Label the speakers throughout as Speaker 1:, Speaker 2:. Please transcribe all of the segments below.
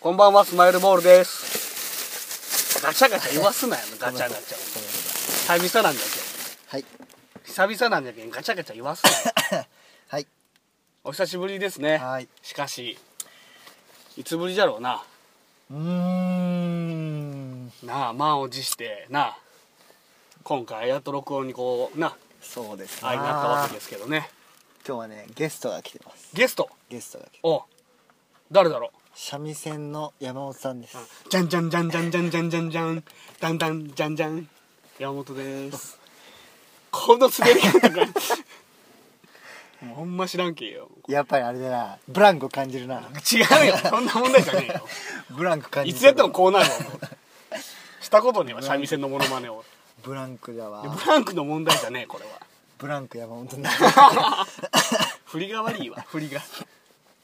Speaker 1: こんばんは、スマイルボールです。ガチャガチャ言わすなよ、ガチャガチャ。久々なんだけ
Speaker 2: はい
Speaker 1: ど。久々なんだけど、ガチャガチャ言わすなよ。
Speaker 2: はい
Speaker 1: お久しぶりですね。
Speaker 2: はい
Speaker 1: しかし、いつぶりじゃろうな。
Speaker 2: うーん
Speaker 1: なあ、満を持して、なあ、今回やっと録音にこう、な、
Speaker 2: そうですな
Speaker 1: あいなったわけですけどね。
Speaker 2: 今日はねゲストが来てます
Speaker 1: ゲスト、
Speaker 2: ゲストが来て
Speaker 1: おう誰だろう
Speaker 2: 三味線の山本さんです
Speaker 1: じゃんじゃんじゃんじゃんじゃんじゃんじゃんじゃんだんだんじゃんじゃん山本ですこの滑り方がもうほんま知らんけよ
Speaker 2: やっぱりあれだなブランクを感じるな
Speaker 1: 違うよそんな問題じゃねえよ
Speaker 2: ブランク感じ
Speaker 1: い
Speaker 2: る
Speaker 1: つやってもこうなるわもうしたことねえわ三味線のモノマネを
Speaker 2: ブランクだわ
Speaker 1: ブランクの問題じゃねえこれは
Speaker 2: ブランク山 本な
Speaker 1: 振りが悪いわ振りが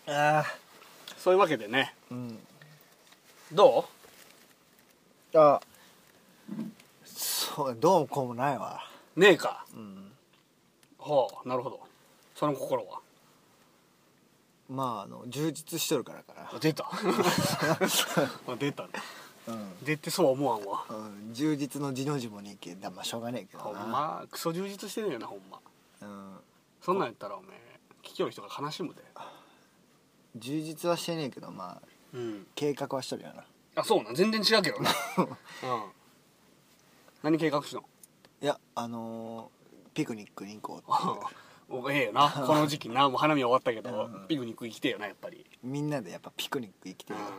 Speaker 2: あ
Speaker 1: そういうわけでね
Speaker 2: ーうん
Speaker 1: ど
Speaker 2: あそうどうもこうもないわ
Speaker 1: うねえか
Speaker 2: うん
Speaker 1: ほうなるほどその心は
Speaker 2: まああの充実しとるからか
Speaker 1: あ出 たあ出たね
Speaker 2: ら
Speaker 1: 出てそうは思わんわ
Speaker 2: うん、うん、充実の字の字もにいけだまあしょうがねえけ
Speaker 1: ほ
Speaker 2: どなん
Speaker 1: まクソ充実してんねんなほんま
Speaker 2: うん
Speaker 1: そんなんやったらおめえ聞きよる人が悲しむで
Speaker 2: 充実はしてねえけどまあ
Speaker 1: うん
Speaker 2: 計画はしとるよな
Speaker 1: あそうなん全然違うけどな うん何計画し の
Speaker 2: いやあのー、ピクニックに行こう
Speaker 1: おええよなこの時期なもう花見終わったけど
Speaker 2: うん
Speaker 1: ピクニック行きてえよなやっぱり
Speaker 2: みんなでやっぱピクニック行きて
Speaker 1: う
Speaker 2: る
Speaker 1: ん
Speaker 2: よ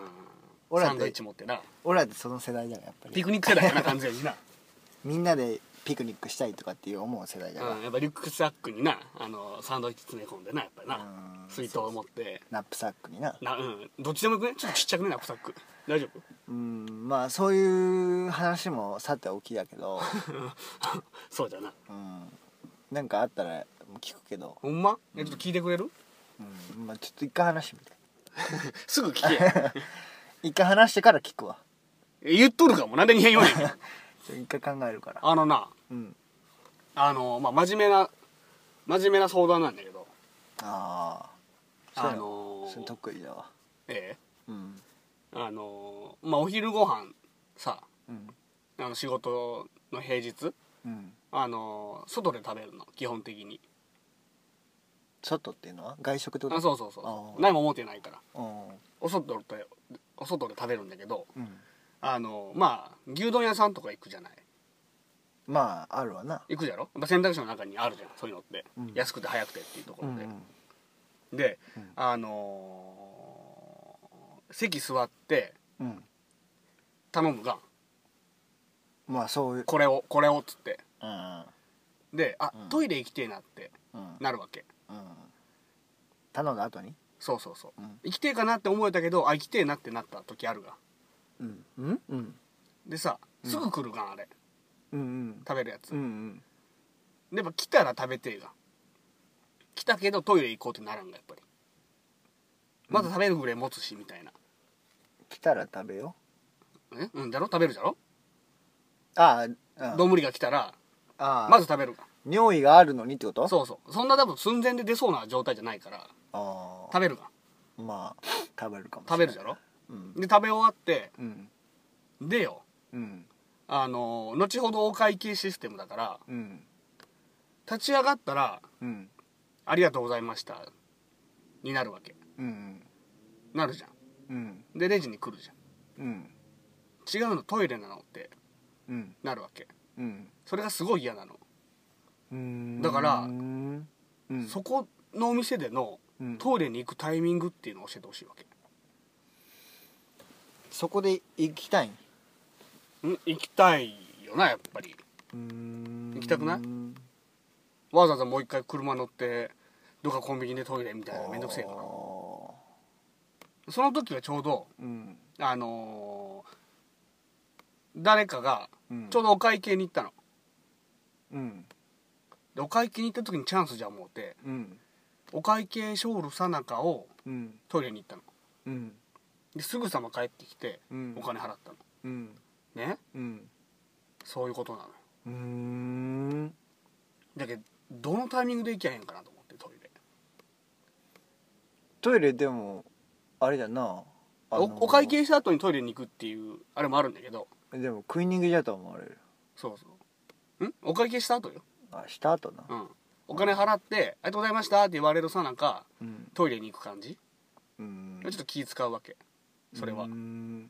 Speaker 2: 俺
Speaker 1: サ
Speaker 2: ら
Speaker 1: ンドイ
Speaker 2: で
Speaker 1: ッチ持ってな
Speaker 2: 俺らってその世代だからやっぱ
Speaker 1: ピ
Speaker 2: り
Speaker 1: クニック世代やな完全にな
Speaker 2: みんなでピクニックしたいとかっていう思う世代だから、
Speaker 1: うんやっぱリュックサックになあのサンドイッチ詰め込んでなやっぱり
Speaker 2: う
Speaker 1: なん水筒持って
Speaker 2: ナップサックにな
Speaker 1: なうんどっちでもよくねちょっとちっちゃくねナップサック大丈夫
Speaker 2: うんまあそういう話もさておきだけど、
Speaker 1: そうじゃな
Speaker 2: うん、なんかあったら聞くけど、
Speaker 1: ほんまえちょっと聞いてくれる
Speaker 2: うんまあ、ちょっと一回話してみて
Speaker 1: すぐ聞け
Speaker 2: 一回話してから聞くわ
Speaker 1: 言っとるかもなんでに変よねん
Speaker 2: ちょ一回考えるから
Speaker 1: あのな
Speaker 2: うん
Speaker 1: あのまあ真面目な真面目な相談なんだけど
Speaker 2: ああ
Speaker 1: あのー
Speaker 2: そういう得意だわ
Speaker 1: ええ
Speaker 2: うん
Speaker 1: あのまあお昼ご飯さ
Speaker 2: うん
Speaker 1: あの仕事の平日
Speaker 2: うん
Speaker 1: あの外で食べるの基本的に
Speaker 2: 外っていうのは外食ってこと
Speaker 1: あそうそう
Speaker 2: あ
Speaker 1: そ
Speaker 2: ー
Speaker 1: う何も思ってないから
Speaker 2: うん
Speaker 1: お外でお外で食べるんだけど
Speaker 2: うん
Speaker 1: あのまあ牛丼屋さんとか行くじゃない
Speaker 2: まああるわな
Speaker 1: 行くじゃろやっぱ選択肢の中にあるじゃんそういうのって、
Speaker 2: うん
Speaker 1: 安くて早くてっていうとこ
Speaker 2: う
Speaker 1: ろ
Speaker 2: ん
Speaker 1: で、
Speaker 2: うん
Speaker 1: で、
Speaker 2: うん
Speaker 1: あのー席座って
Speaker 2: うん
Speaker 1: 頼むがん
Speaker 2: まあそういう
Speaker 1: これをこれをっつって
Speaker 2: うん
Speaker 1: であ、
Speaker 2: うん
Speaker 1: トイレ行きてえなって
Speaker 2: うん
Speaker 1: なるわけ
Speaker 2: うん頼んだ後に
Speaker 1: そうそうそう
Speaker 2: うん
Speaker 1: 行きてえかなって思えたけどあ行きてえなってなった時あるが
Speaker 2: うんうんうん
Speaker 1: でさすぐ来るがんあれ
Speaker 2: うんうん
Speaker 1: 食べるやつ、
Speaker 2: うんうん
Speaker 1: でも来たら食べてえが来たけどトイレ行こうってならんがやっぱりまだ食べるぐらい持つしみたいな、
Speaker 2: 来たら食べよ
Speaker 1: えうんだろ食べるじゃろ
Speaker 2: ああうん
Speaker 1: 丼が来たら
Speaker 2: あ
Speaker 1: ま
Speaker 2: ま
Speaker 1: ず
Speaker 2: ず
Speaker 1: 食べるが
Speaker 2: 尿意があるのにってことう
Speaker 1: そうそうそんな多分寸前で出そうな状態じゃないから
Speaker 2: あ
Speaker 1: 食べるが
Speaker 2: あまあ食べるかも
Speaker 1: 食
Speaker 2: しれな
Speaker 1: べ
Speaker 2: い
Speaker 1: るじゃろ
Speaker 2: うん
Speaker 1: で食べ終わって
Speaker 2: うん
Speaker 1: でよ
Speaker 2: うん
Speaker 1: あの後ほどお会計システムだから
Speaker 2: うん
Speaker 1: 立ち上がったら
Speaker 2: うん
Speaker 1: 「ありがとうございました」になるわけ
Speaker 2: うん
Speaker 1: なるじゃん
Speaker 2: うん
Speaker 1: でレジに来るじ
Speaker 2: うん
Speaker 1: ゃん違うのトイレなのって
Speaker 2: うん
Speaker 1: なるわけ
Speaker 2: うん
Speaker 1: それがすごい嫌なの、
Speaker 2: うん
Speaker 1: だから
Speaker 2: うんうん
Speaker 1: そこのお店での
Speaker 2: うん
Speaker 1: トイレに行くタイミングっていうのを教えてほしいわけ、
Speaker 2: そこで行きたいん
Speaker 1: うん、行きたいよなやっぱり
Speaker 2: 行
Speaker 1: 行きたくないわざわざもう一回車乗ってどっかコンビニでトイレみたいなのめんどくせえからその時はちょうど
Speaker 2: うん
Speaker 1: あのー誰かが
Speaker 2: うん
Speaker 1: ちょうどお会計に行ったの
Speaker 2: うん
Speaker 1: でお会計に行った時にチャンスじゃ思うて
Speaker 2: うん
Speaker 1: お会計ショールさなかを
Speaker 2: うん
Speaker 1: トイレに行ったの
Speaker 2: うん
Speaker 1: ですぐさま帰ってきて
Speaker 2: うん
Speaker 1: お金払ったの
Speaker 2: うん
Speaker 1: ね
Speaker 2: うん
Speaker 1: そういうことなのよ
Speaker 2: うーん
Speaker 1: だけどどのタイミングで行きゃええんかなと思ってトイレ
Speaker 2: トイレでもあれだなあの
Speaker 1: おお会計した後にトイレに行くっていうあれもあるんだけど
Speaker 2: でも食い逃げだと思われる
Speaker 1: そうそうんお会計した後よ、
Speaker 2: あした後な
Speaker 1: うん、お金払って「ありがとうございました」って言われるさなか
Speaker 2: うん
Speaker 1: トイレに行く感じ
Speaker 2: うん
Speaker 1: ちょっと気使うわけそれは
Speaker 2: う
Speaker 1: だか
Speaker 2: ん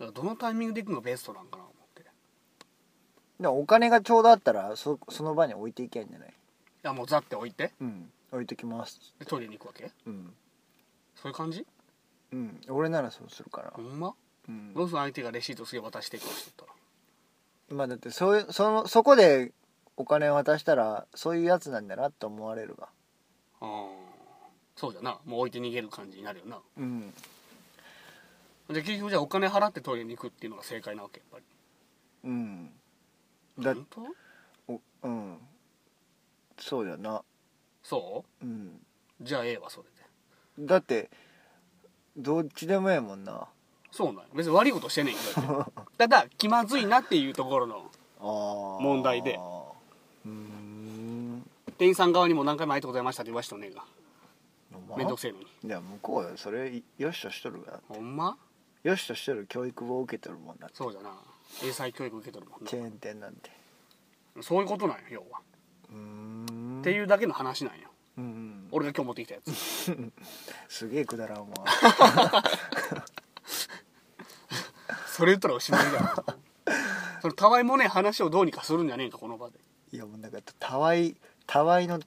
Speaker 1: らどのタイミングで行くのがベストなんかな思ってい
Speaker 2: でもお金がちょうどあったらそその場に置いていけんじゃない
Speaker 1: やもうザって置いて
Speaker 2: うん置いときます
Speaker 1: でトイレに行くわけ
Speaker 2: うん
Speaker 1: そういう感じ
Speaker 2: うん俺ならそうするから
Speaker 1: ほんま
Speaker 2: うん
Speaker 1: どうする相手がレシートすげえ渡していくのしてったら
Speaker 2: まあだってそういうそのそこでお金を渡したらそういうやつなんだなって思われるわ
Speaker 1: あーそうじゃなもう置いて逃げる感じになるよな
Speaker 2: うん
Speaker 1: じゃあ結局じゃあお金払ってトイレに行くっていうのが正解なわけやっぱり
Speaker 2: うんだ
Speaker 1: 本当
Speaker 2: おうんそうだな
Speaker 1: そ
Speaker 2: うん
Speaker 1: うじゃあええわそれで
Speaker 2: だってどっちでもええもんな
Speaker 1: そうなんよ別に悪いことしてねえけど ただ気まずいなっていうところの
Speaker 2: あー
Speaker 1: 問題で
Speaker 2: うーん
Speaker 1: 店員さん側にも何回も「ありがとうございました」って言わしてねえが面倒くせえのに
Speaker 2: いや向こうよそれいよしとしとるわ
Speaker 1: ほんま
Speaker 2: よしとしとる教育を受けとるもんだって
Speaker 1: そうじゃな英才教育受けとるもん
Speaker 2: チ
Speaker 1: な
Speaker 2: ェーン店なんて
Speaker 1: そういうことなんよ要は、
Speaker 2: うーん
Speaker 1: っていうだけの話なんよ
Speaker 2: うん
Speaker 1: 俺が今日持ってきたやつ
Speaker 2: すげえくだらんわ
Speaker 1: それ言ったらおしまいだよそのたわいもねえ話をどうにかするんじゃねえかこの場で
Speaker 2: いやもうなんかたわいたわいの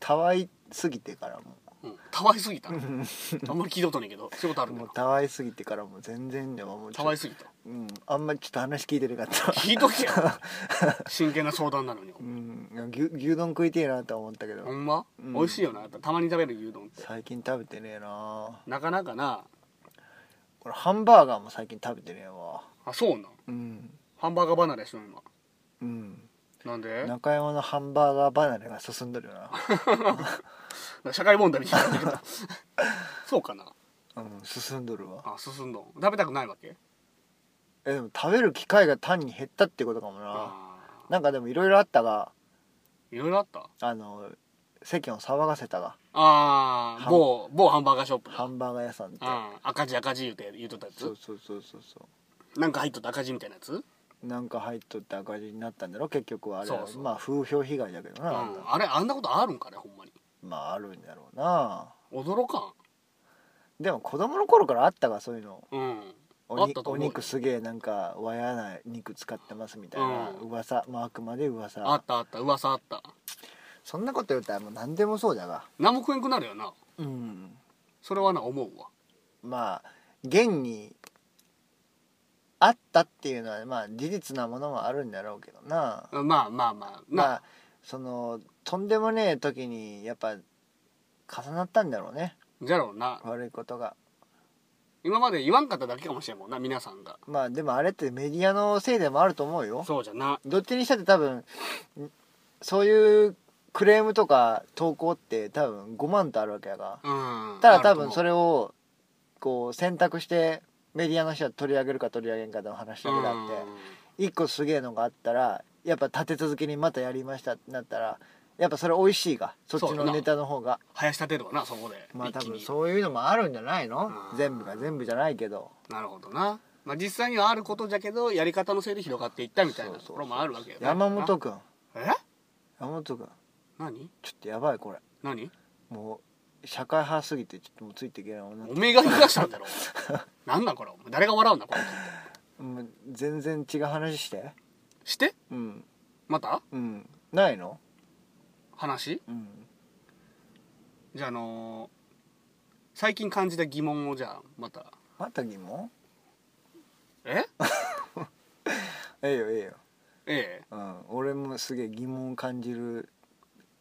Speaker 2: たわいすぎてからも
Speaker 1: うん、たわいすぎたなあんまり聞いたことないけど仕事ある
Speaker 2: うん
Speaker 1: だ
Speaker 2: もう
Speaker 1: よ
Speaker 2: たわいすぎてからもう全然でももうちょ
Speaker 1: たわいすぎた
Speaker 2: うんあんまりちょっと話聞いてなかった
Speaker 1: 聞いとけよ真剣な相談なのに
Speaker 2: うん牛牛丼食いてえなとは思ったけど、
Speaker 1: ほんま、
Speaker 2: うん
Speaker 1: 美味しいよなやっぱたまに食べる牛丼って
Speaker 2: 最近食べてねえな
Speaker 1: なかなかな
Speaker 2: これハンバーガーも最近食べてねえわ
Speaker 1: あそうなん
Speaker 2: うん
Speaker 1: ハンバーガー離れしてる今
Speaker 2: うん
Speaker 1: なんでなん
Speaker 2: 中山のハンバーガー離れが進んどるよ
Speaker 1: か社会問題みたいになってきた そうかな
Speaker 2: なうん進んどるわ
Speaker 1: あ進んどん食べたくないわけ
Speaker 2: えでも食べる機会が単に減ったってことかもな
Speaker 1: あ
Speaker 2: なんかでもいろいろあったが
Speaker 1: ーいろいろあった
Speaker 2: あの世間を騒がせたが
Speaker 1: ああ
Speaker 2: ハン
Speaker 1: 某某ハンバーガーショップ
Speaker 2: ハンバーガー屋さんって
Speaker 1: あー赤字赤字言うて言うとったや
Speaker 2: そう
Speaker 1: つ
Speaker 2: そうそうそうそ
Speaker 1: なんか入っとった赤字みたいなやつうん
Speaker 2: うなんか入っとって赤字になったんだろ結局はあれ
Speaker 1: そうそう
Speaker 2: まあ風評被害だけどな、あんな
Speaker 1: あれあんなことあるんかねほんまに
Speaker 2: まああるんだろうな
Speaker 1: 驚かん
Speaker 2: でも子供の頃からあったがそういうの
Speaker 1: うん
Speaker 2: お
Speaker 1: あ
Speaker 2: に
Speaker 1: ったと
Speaker 2: お
Speaker 1: 思うよ
Speaker 2: 肉すげえなんかわやな肉使ってますみたいな、
Speaker 1: うん
Speaker 2: 噂まああくまで噂
Speaker 1: あったあった噂あった
Speaker 2: そんなこと言うたらもう何でもそうだが
Speaker 1: 何も食えんくなるよな
Speaker 2: うん
Speaker 1: それはな思うわ
Speaker 2: まあ現にあったっていうのはまあ事実なものもあるんだろうけどな
Speaker 1: まあまあまあな、
Speaker 2: まあそのとんでもねえ時にやっぱ重なったんだろうね
Speaker 1: じゃろうな
Speaker 2: 悪いことが
Speaker 1: 今まで言わんかっただけかもしれんもんな皆さんが
Speaker 2: まあでもあれってメディアのせいでもあると思うよ
Speaker 1: そうじゃな
Speaker 2: どっちにしたって多分そういうクレームとか投稿って多分5万とあるわけやが
Speaker 1: うん
Speaker 2: ただ多分そ
Speaker 1: れ
Speaker 2: れをこう選択してメディアの人は取り上げるか取り上げんかの話だけだって一個すげえのがあったらやっぱ立て続けにまたやりましたってなったらやっぱそれ美味しいがそっ
Speaker 1: そ
Speaker 2: ち
Speaker 1: うだ
Speaker 2: の
Speaker 1: な
Speaker 2: ネタの方が
Speaker 1: 林立てるわなそこで
Speaker 2: まあ
Speaker 1: 一
Speaker 2: 多
Speaker 1: 気
Speaker 2: 分
Speaker 1: に
Speaker 2: そういうのもあるんじゃないの
Speaker 1: うん
Speaker 2: 全部が全部じゃないけど
Speaker 1: なるほどな、まあ、実際にはあることじゃけどやり方のせいで広がっていったみたいな
Speaker 2: そうそう
Speaker 1: ところもあるわけよな
Speaker 2: 山本君
Speaker 1: え
Speaker 2: 山本君
Speaker 1: 何
Speaker 2: ちょっとやばいこれ
Speaker 1: 何
Speaker 2: もう社会派すぎてちょっともうついていけない女
Speaker 1: おめえが言い出した んだろなんなんこれお前誰が笑うんだこれ
Speaker 2: もう全然違う話して
Speaker 1: して
Speaker 2: うん
Speaker 1: また
Speaker 2: うんないの
Speaker 1: 話
Speaker 2: うん
Speaker 1: じゃああのー最近感じた疑問をじゃあまた
Speaker 2: また疑問
Speaker 1: え
Speaker 2: ええよええよ
Speaker 1: ええ
Speaker 2: うん俺もすげえ疑問を感じる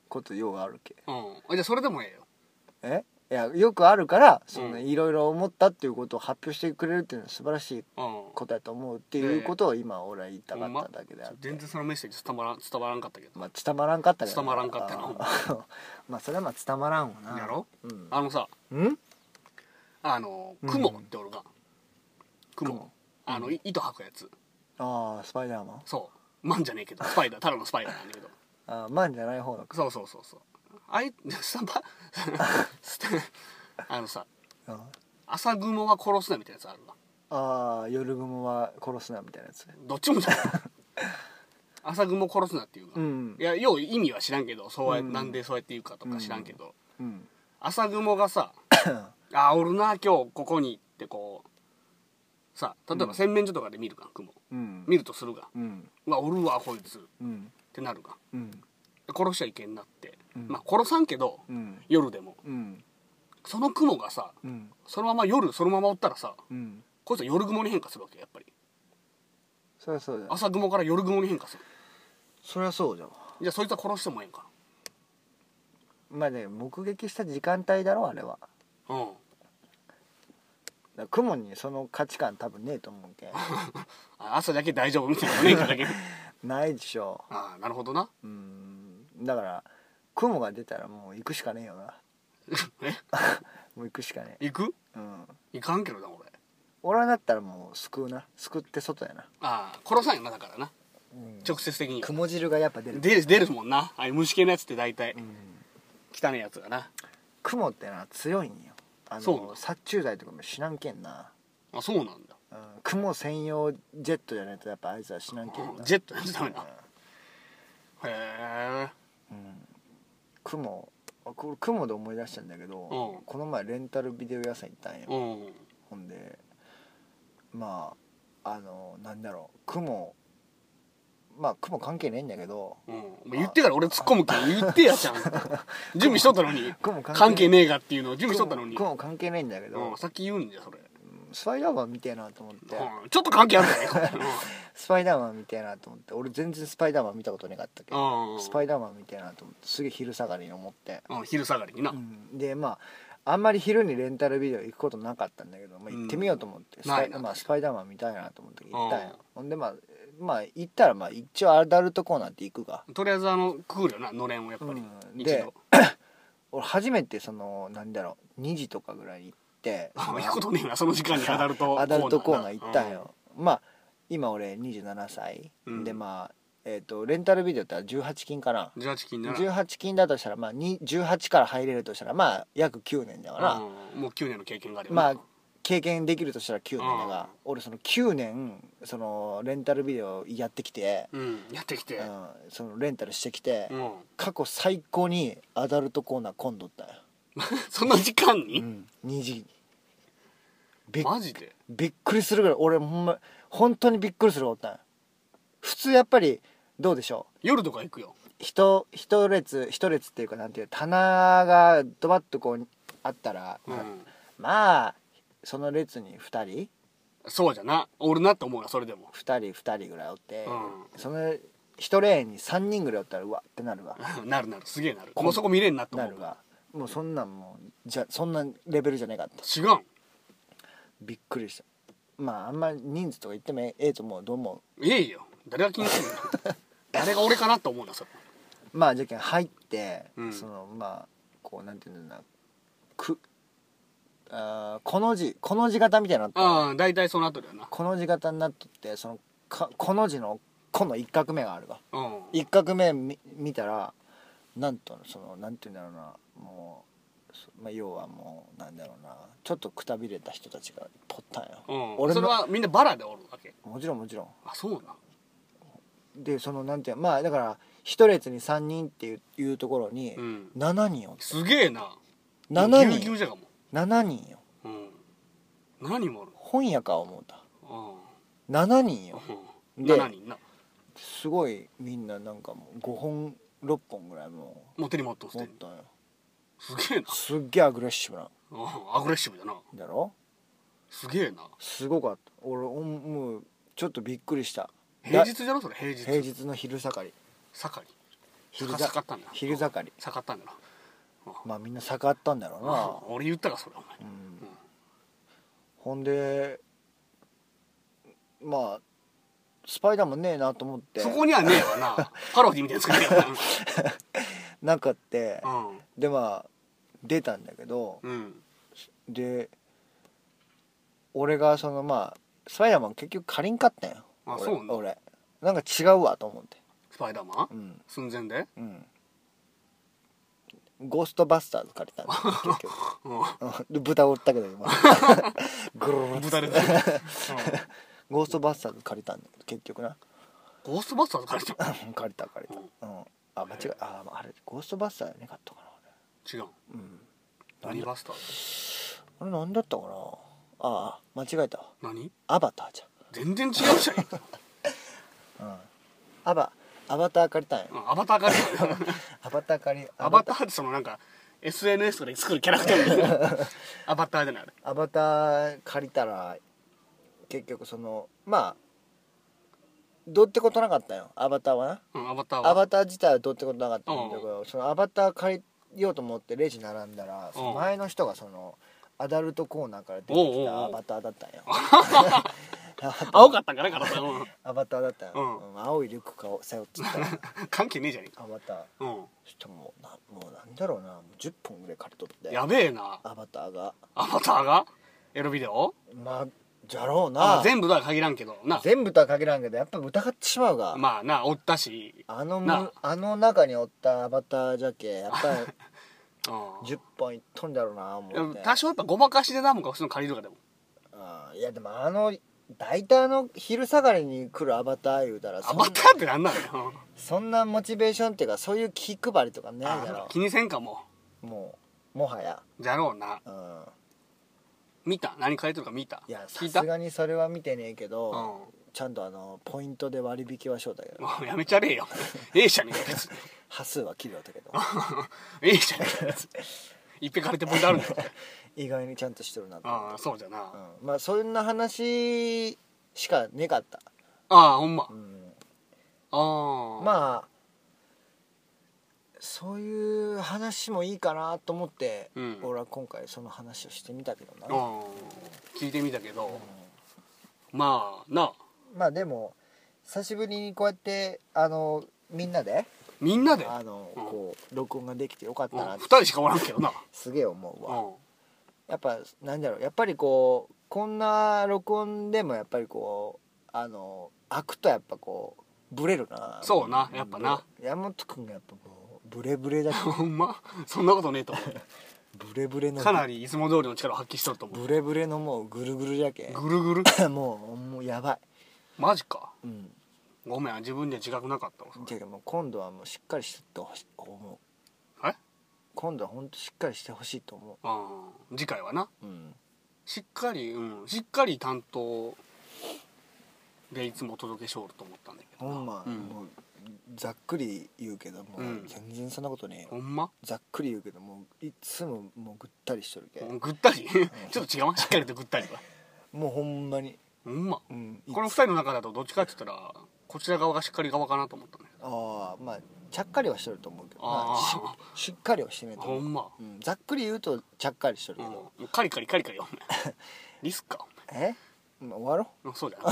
Speaker 2: ことようあるけ
Speaker 1: うんじゃあそれでもええよ
Speaker 2: えいやよくあるからそんな
Speaker 1: うん
Speaker 2: いろいろ思ったっていうことを発表してくれるっていうのは素晴らしい
Speaker 1: うん
Speaker 2: ことだと思うっていうことを今俺は言いたかっただけであ
Speaker 1: そ
Speaker 2: っ
Speaker 1: う
Speaker 2: て
Speaker 1: 全然そのメッセージ伝わらん伝わらんかったけど、
Speaker 2: まあ伝わらんかったけど
Speaker 1: 伝わらんかったな
Speaker 2: あー まあそれはまあ伝わらんわな
Speaker 1: やろ
Speaker 2: うん
Speaker 1: あのさ
Speaker 2: うん
Speaker 1: あの
Speaker 2: うん
Speaker 1: 雲っておるが、雲
Speaker 2: 雲
Speaker 1: あのい糸吐くやつ
Speaker 2: ああスパイダーマン
Speaker 1: そうマンじゃねえけどスパイダー ただのスパイダーなんだけど
Speaker 2: あーマンじゃない方のか
Speaker 1: そうそう そうそうあいスタンパスタあのさ
Speaker 2: うん
Speaker 1: 朝雲は殺すなみたいなやつあるわ
Speaker 2: ああ夜雲は殺すなみたいなやつ
Speaker 1: どっちもじゃ ない朝雲殺すなっていうか、
Speaker 2: うん
Speaker 1: いやよう意味は知らんけどそうや、
Speaker 2: うん
Speaker 1: なんでそうやって言うかとか知らんけど、
Speaker 2: うん
Speaker 1: 朝雲がさあーおるな今日ここにってこうさ例えば洗面所とかで見るか雲
Speaker 2: うん
Speaker 1: 見るとするが
Speaker 2: うん
Speaker 1: うわおるわこいつっ
Speaker 2: うん
Speaker 1: てなるが
Speaker 2: うん
Speaker 1: 殺しちゃいけんなって、
Speaker 2: うん
Speaker 1: まあ殺さんけど
Speaker 2: うん
Speaker 1: 夜でも
Speaker 2: うん
Speaker 1: その雲がさ
Speaker 2: うん
Speaker 1: そのまま夜そのままおったらさ
Speaker 2: うん
Speaker 1: こいつは夜雲に変化するわけやっぱり
Speaker 2: そりゃそうじゃん
Speaker 1: 朝雲から夜雲に変化する
Speaker 2: そりゃそうじゃん
Speaker 1: じゃあそいつは殺してもええんか
Speaker 2: まあね目撃した時間帯だろあれは
Speaker 1: なうん
Speaker 2: だから雲にその価値観多分ねえと思う けん
Speaker 1: あ朝だけ大丈夫みたいなのねえからだ け
Speaker 2: ないでしょ
Speaker 1: ああなるほどな
Speaker 2: うんだから雲が出たらもう行くしかねえよな
Speaker 1: え
Speaker 2: もう行くしかねえ
Speaker 1: 行く
Speaker 2: うん
Speaker 1: 行かんけどな俺
Speaker 2: 俺だったらもう救うな救って外やな、
Speaker 1: ああ殺さんよなだからな
Speaker 2: うん、
Speaker 1: 直接的に
Speaker 2: 雲汁がやっぱ出る
Speaker 1: 出る出るもんなああいう虫系のやつって大体
Speaker 2: うん
Speaker 1: 汚いやつがな
Speaker 2: 雲ってのは強いんよあ
Speaker 1: そうな
Speaker 2: の
Speaker 1: ん
Speaker 2: 殺虫剤とかも死なんけんな、
Speaker 1: あそうなんだ
Speaker 2: うん、雲専用ジェットじゃないとやっぱあいつは死なんけんな
Speaker 1: ジェットやっちゃダメなへえ
Speaker 2: うん雲あこれ雲で思い出したんだけど、
Speaker 1: うん
Speaker 2: この前レンタルビデオ屋さん行ったんよ、
Speaker 1: うん
Speaker 2: ほんでまああのなんだろう雲まあ雲関係ねえんだけど
Speaker 1: うん、もう言ってから俺突っ込むけど言ってや ちゃん準備しとったのに
Speaker 2: 雲
Speaker 1: 関係ねえがっていうのを準備しとったのに、
Speaker 2: 雲雲関係ねえんだけど、
Speaker 1: うん、さっき言うんじゃそれ、
Speaker 2: スパイダーマンみたいなと思って、
Speaker 1: うん、ちょっと関係あるんだね
Speaker 2: スパイダーマンみたいなと思って俺全然スパイダーマン見たことなかったけ
Speaker 1: う
Speaker 2: ど、
Speaker 1: ん、うん、
Speaker 2: スパイダーマンみたいなと思ってすげえ昼下がりに思って、
Speaker 1: うん、昼下がりにな、
Speaker 2: うんでまああんまり昼にレンタルビデオ行くことなかったんだけど、まあ、行ってみようと思って、
Speaker 1: ん
Speaker 2: スパ
Speaker 1: な
Speaker 2: イ
Speaker 1: いな
Speaker 2: まあ、スパイダーマン見たいなと思って行ったんや、
Speaker 1: うん
Speaker 2: ほんでまあまあ行ったらまあ一応アダルトコーナーって行くが
Speaker 1: とりあえずあの食うよなのれんをやっぱり、
Speaker 2: うん
Speaker 1: 一
Speaker 2: で
Speaker 1: 度
Speaker 2: 俺初めてそのなんだろう2時とかぐらいに行って
Speaker 1: あ行くことねえなその時間にアダルトコーナー
Speaker 2: アダルトコーナー行ったん
Speaker 1: よ、
Speaker 2: よ、まあ今俺27歳、
Speaker 1: うん
Speaker 2: でまあえっ、とレンタルビデオって18金かな
Speaker 1: うん、18金なら
Speaker 2: 18金だとしたら、まあ、に18から入れるとしたらまあ約9年だから、
Speaker 1: うん、もう9年の経験があるよ
Speaker 2: ま
Speaker 1: な
Speaker 2: あ経験できるとしたら9年だが、俺その9年そのレンタルビデオやってきて、
Speaker 1: うんやってきて
Speaker 2: うんそのレンタルしてきて、
Speaker 1: うん、
Speaker 2: 過去最高にアダルトコーナー混んどったよ、
Speaker 1: その時間に、
Speaker 2: うん、2時にびっ
Speaker 1: マジで
Speaker 2: びっくりするぐらい俺ほんま本当にびっくりするぐらいおったんよ普通やっぱりどうでしょう
Speaker 1: 夜とか行くよ
Speaker 2: 一一列一列っていうかなんていう棚がドバッとこうあったら、
Speaker 1: うん、
Speaker 2: まあその列に2人
Speaker 1: そうじゃなおるなって思うなそれでも
Speaker 2: 2人2人ぐらいおって、
Speaker 1: う
Speaker 2: その1レーンに3人ぐらいおったらうわってなるわ
Speaker 1: なるなるすげえなるもうそこ見れんなと
Speaker 2: な
Speaker 1: 思う
Speaker 2: るわもうそんなんもうじゃそんなレベルじゃなかった
Speaker 1: 違うん
Speaker 2: びっくりしたまああんま人数とか言ってもええと思うどう思
Speaker 1: ええよ誰が気にする の誰が俺かなと思うなそれ
Speaker 2: うまあじゃけん入って、
Speaker 1: うん
Speaker 2: そのまあこうなんていうんだろうなくあーこの字この字型みたいになのあったの
Speaker 1: ああ大体その後だよな
Speaker 2: この字型になっとってそのかこの字の「こ」の一画目があるわ
Speaker 1: うん
Speaker 2: 一画目見見たらなんとそのなんて言うんだろうなもう、そまあ、要はもうなんだろうなちょっとくたびれた人たちが撮ったんよ、
Speaker 1: うん、
Speaker 2: 俺
Speaker 1: そ
Speaker 2: の
Speaker 1: れはみんなバラでおるわけ
Speaker 2: もちろんもちろん
Speaker 1: あそうな
Speaker 2: でそのなんていうまあだから一列に3人っていういうところに
Speaker 1: うん
Speaker 2: 7人を、
Speaker 1: すげえな
Speaker 2: 7
Speaker 1: ぎゅうぎゅう
Speaker 2: 人
Speaker 1: じゃがも
Speaker 2: 7人よ
Speaker 1: うん何人もおる
Speaker 2: 本屋か思うた
Speaker 1: う
Speaker 2: 7人よ
Speaker 1: ん、うん、
Speaker 2: で
Speaker 1: 7人な
Speaker 2: すごいみんななんかもう5本6本ぐらいも
Speaker 1: もう手に持っとう
Speaker 2: う
Speaker 1: す
Speaker 2: 持
Speaker 1: で
Speaker 2: っ
Speaker 1: に
Speaker 2: たんよ
Speaker 1: すげえな、
Speaker 2: すっげえアグレッシブな
Speaker 1: うん、アグレッシブだな
Speaker 2: だろ
Speaker 1: すげえな
Speaker 2: すごかった俺おんもうちょっとびっくりした
Speaker 1: 平
Speaker 2: だ
Speaker 1: 日じゃろそれ平日
Speaker 2: 平日の昼盛り
Speaker 1: 盛り
Speaker 2: 昼
Speaker 1: 盛ったんだ
Speaker 2: 昼盛り
Speaker 1: 盛ったんだな
Speaker 2: まあみんな盛ったんだろうな
Speaker 1: 俺言ったかそれお前、
Speaker 2: うんほんでまあスパイダーマンねえなと思って
Speaker 1: そこにはねえわ なパロディみたいな作りや
Speaker 2: なかって
Speaker 1: なうん
Speaker 2: でまあ出たんだけど
Speaker 1: うん
Speaker 2: で俺がそのまあスパイダーマン結局借りんかったんよ
Speaker 1: あ
Speaker 2: 俺
Speaker 1: そうなんだ
Speaker 2: 俺なんか違うわと思って
Speaker 1: スパイダーマン、
Speaker 2: うん
Speaker 1: 寸前で
Speaker 2: うんゴーストバスターズ借りたんだよ結局
Speaker 1: う
Speaker 2: うんで豚おったけど今グルー
Speaker 1: ん
Speaker 2: ッ
Speaker 1: 豚でうん
Speaker 2: ゴーストバスターズ借りたんだけど結局な
Speaker 1: ゴーストバスターズ借りた
Speaker 2: うん借りた借りたうんあ間違えああれゴーストバスターズね買ったか
Speaker 1: 違う
Speaker 2: なうん
Speaker 1: 何バスター
Speaker 2: あれ何だったかなああ間違えたわ
Speaker 1: 何
Speaker 2: アバターじ
Speaker 1: 全然違うじゃん
Speaker 2: ゃんうんアバアバター借りたんや
Speaker 1: うんアバター 借りた
Speaker 2: アバター借り
Speaker 1: アバターってそのなんか SNS とかで作るキャラクターみたいな アバターじゃないあれ
Speaker 2: アバター借りたら結局そのまあどうってことなかったよアバターはな
Speaker 1: うんアバターは
Speaker 2: アバター自体はどうってことなかったんだけど、そのアバター借りようと思ってレジ並んだら、その前の人がそのアダルトコーナーから出て
Speaker 1: おうお
Speaker 2: き
Speaker 1: うお
Speaker 2: た
Speaker 1: う
Speaker 2: アバターだっ たんよ
Speaker 1: 青かったんかなからさ、うん、
Speaker 2: アバターだったんよ、
Speaker 1: うん
Speaker 2: うん青いリュックかを背負ってた
Speaker 1: 関係ねえじゃねえか
Speaker 2: アバター
Speaker 1: うん
Speaker 2: そしてもうなもうなんだろうなもう10本ぐらい借りとって
Speaker 1: やべえな
Speaker 2: アバターが
Speaker 1: アバターがエロビデオ
Speaker 2: まあじゃろう
Speaker 1: あ
Speaker 2: な
Speaker 1: 全部とは限らんけどな
Speaker 2: 全部とは限らんけどやっぱ疑ってしまうが、
Speaker 1: まあなおったし、
Speaker 2: あの
Speaker 1: な
Speaker 2: あの中におったアバターじゃ けやっぱ
Speaker 1: うん
Speaker 2: り10本いっとんだろうな思っ
Speaker 1: で
Speaker 2: て
Speaker 1: も多少やっぱごまかしでなもんか普通の借りるとかでも
Speaker 2: あーいやでもあの大体あの昼下がりに来るアバター言うたら
Speaker 1: ア
Speaker 2: そん
Speaker 1: バターってなんなのよ
Speaker 2: そんなモチベーションっていうかそういう気配りとかないだ
Speaker 1: あ
Speaker 2: ろ
Speaker 1: 気にせんかも
Speaker 2: もうもはや
Speaker 1: じゃろうな
Speaker 2: うん
Speaker 1: 見た何借りてるか見た
Speaker 2: いや
Speaker 1: 聞
Speaker 2: さ
Speaker 1: いた
Speaker 2: すがにそれは見てねえけ
Speaker 1: うん
Speaker 2: ど、ちゃんとあのポイントで割引はしようだけど
Speaker 1: もうやめちゃれえよええじゃねえか別に
Speaker 2: 端数は切るよったけど
Speaker 1: ええじゃねえか別にいっぺん借りてポイント あるんだよ
Speaker 2: 意外にちゃんとしてるなと思って
Speaker 1: ああそうじゃな
Speaker 2: うんまあそんな話しかねかった、
Speaker 1: ああほんま
Speaker 2: うん、
Speaker 1: あああ
Speaker 2: まあそういう話もいいかなと思って、
Speaker 1: うん
Speaker 2: 俺は今回その話をしてみたけど
Speaker 1: う
Speaker 2: な、
Speaker 1: ん聞いてみたけどまあな
Speaker 2: まあでも久しぶりにこうやってあのみんなで
Speaker 1: みんなで
Speaker 2: あの、
Speaker 1: うん
Speaker 2: こう録音ができてよかった
Speaker 1: うん
Speaker 2: なっ
Speaker 1: 二
Speaker 2: て
Speaker 1: 人しかおらんけどな
Speaker 2: すげえ思う
Speaker 1: う
Speaker 2: わ、
Speaker 1: ん
Speaker 2: やっぱなんだろうやっぱりこうこんな録音でもやっぱりこうあの開くとやっぱこうブレるな
Speaker 1: そうなやっぱな
Speaker 2: 山本君がやっぱもうブレブ レだ
Speaker 1: ほんまそんなことねえと思
Speaker 2: ブレブレ
Speaker 1: う
Speaker 2: の
Speaker 1: かなりいつも通りの力を発揮しとると思
Speaker 2: ブレブレのもうぐるぐるじゃけ
Speaker 1: うぐるぐる
Speaker 2: もうもうやばい
Speaker 1: マジか
Speaker 2: うん
Speaker 1: ごめん自分では自覚なかったわそれ
Speaker 2: ていうかもう今度はもうしっかりしてってほしいと思う
Speaker 1: え
Speaker 2: 今度はほんとしっかりしてほしいと思
Speaker 1: うん次回はな
Speaker 2: ううん
Speaker 1: しっかりうんしっかり担当でいつもお届けしようと思ったんだけど
Speaker 2: ほ
Speaker 1: なん
Speaker 2: ま、
Speaker 1: うん
Speaker 2: もうざっくり言うけどもう、
Speaker 1: うん
Speaker 2: 全然そんなことねえ
Speaker 1: ほ
Speaker 2: よ
Speaker 1: んま
Speaker 2: ざっくり言うけどもういつももうぐったりしとるけ、
Speaker 1: ぐったり ちょっと違うわしっかりとぐったりは
Speaker 2: もうほんまに
Speaker 1: ほんま
Speaker 2: うんいつ
Speaker 1: この二人の中だとどっちかって言ったらこちら側がしっかり側かなと思ったんだけど
Speaker 2: ああまあちゃっかりはしとると思うけどなし
Speaker 1: ああ
Speaker 2: しっかりはしてねえと
Speaker 1: ほ
Speaker 2: 思う、
Speaker 1: んま
Speaker 2: うん、ざっくり言うとちゃっかりしとるけど、
Speaker 1: うんカリカリカリカリお前 リスか
Speaker 2: えまあ終わろ
Speaker 1: お前うんそうだよ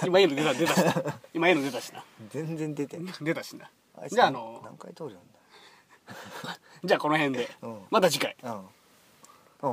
Speaker 1: 今いいの出た出たしな今いいの出たしな
Speaker 2: う全然出てん
Speaker 1: 出たしな
Speaker 2: あいつ
Speaker 1: じゃああの
Speaker 2: 何回通るんだ
Speaker 1: じゃあこの辺で
Speaker 2: うん
Speaker 1: また次回
Speaker 2: うん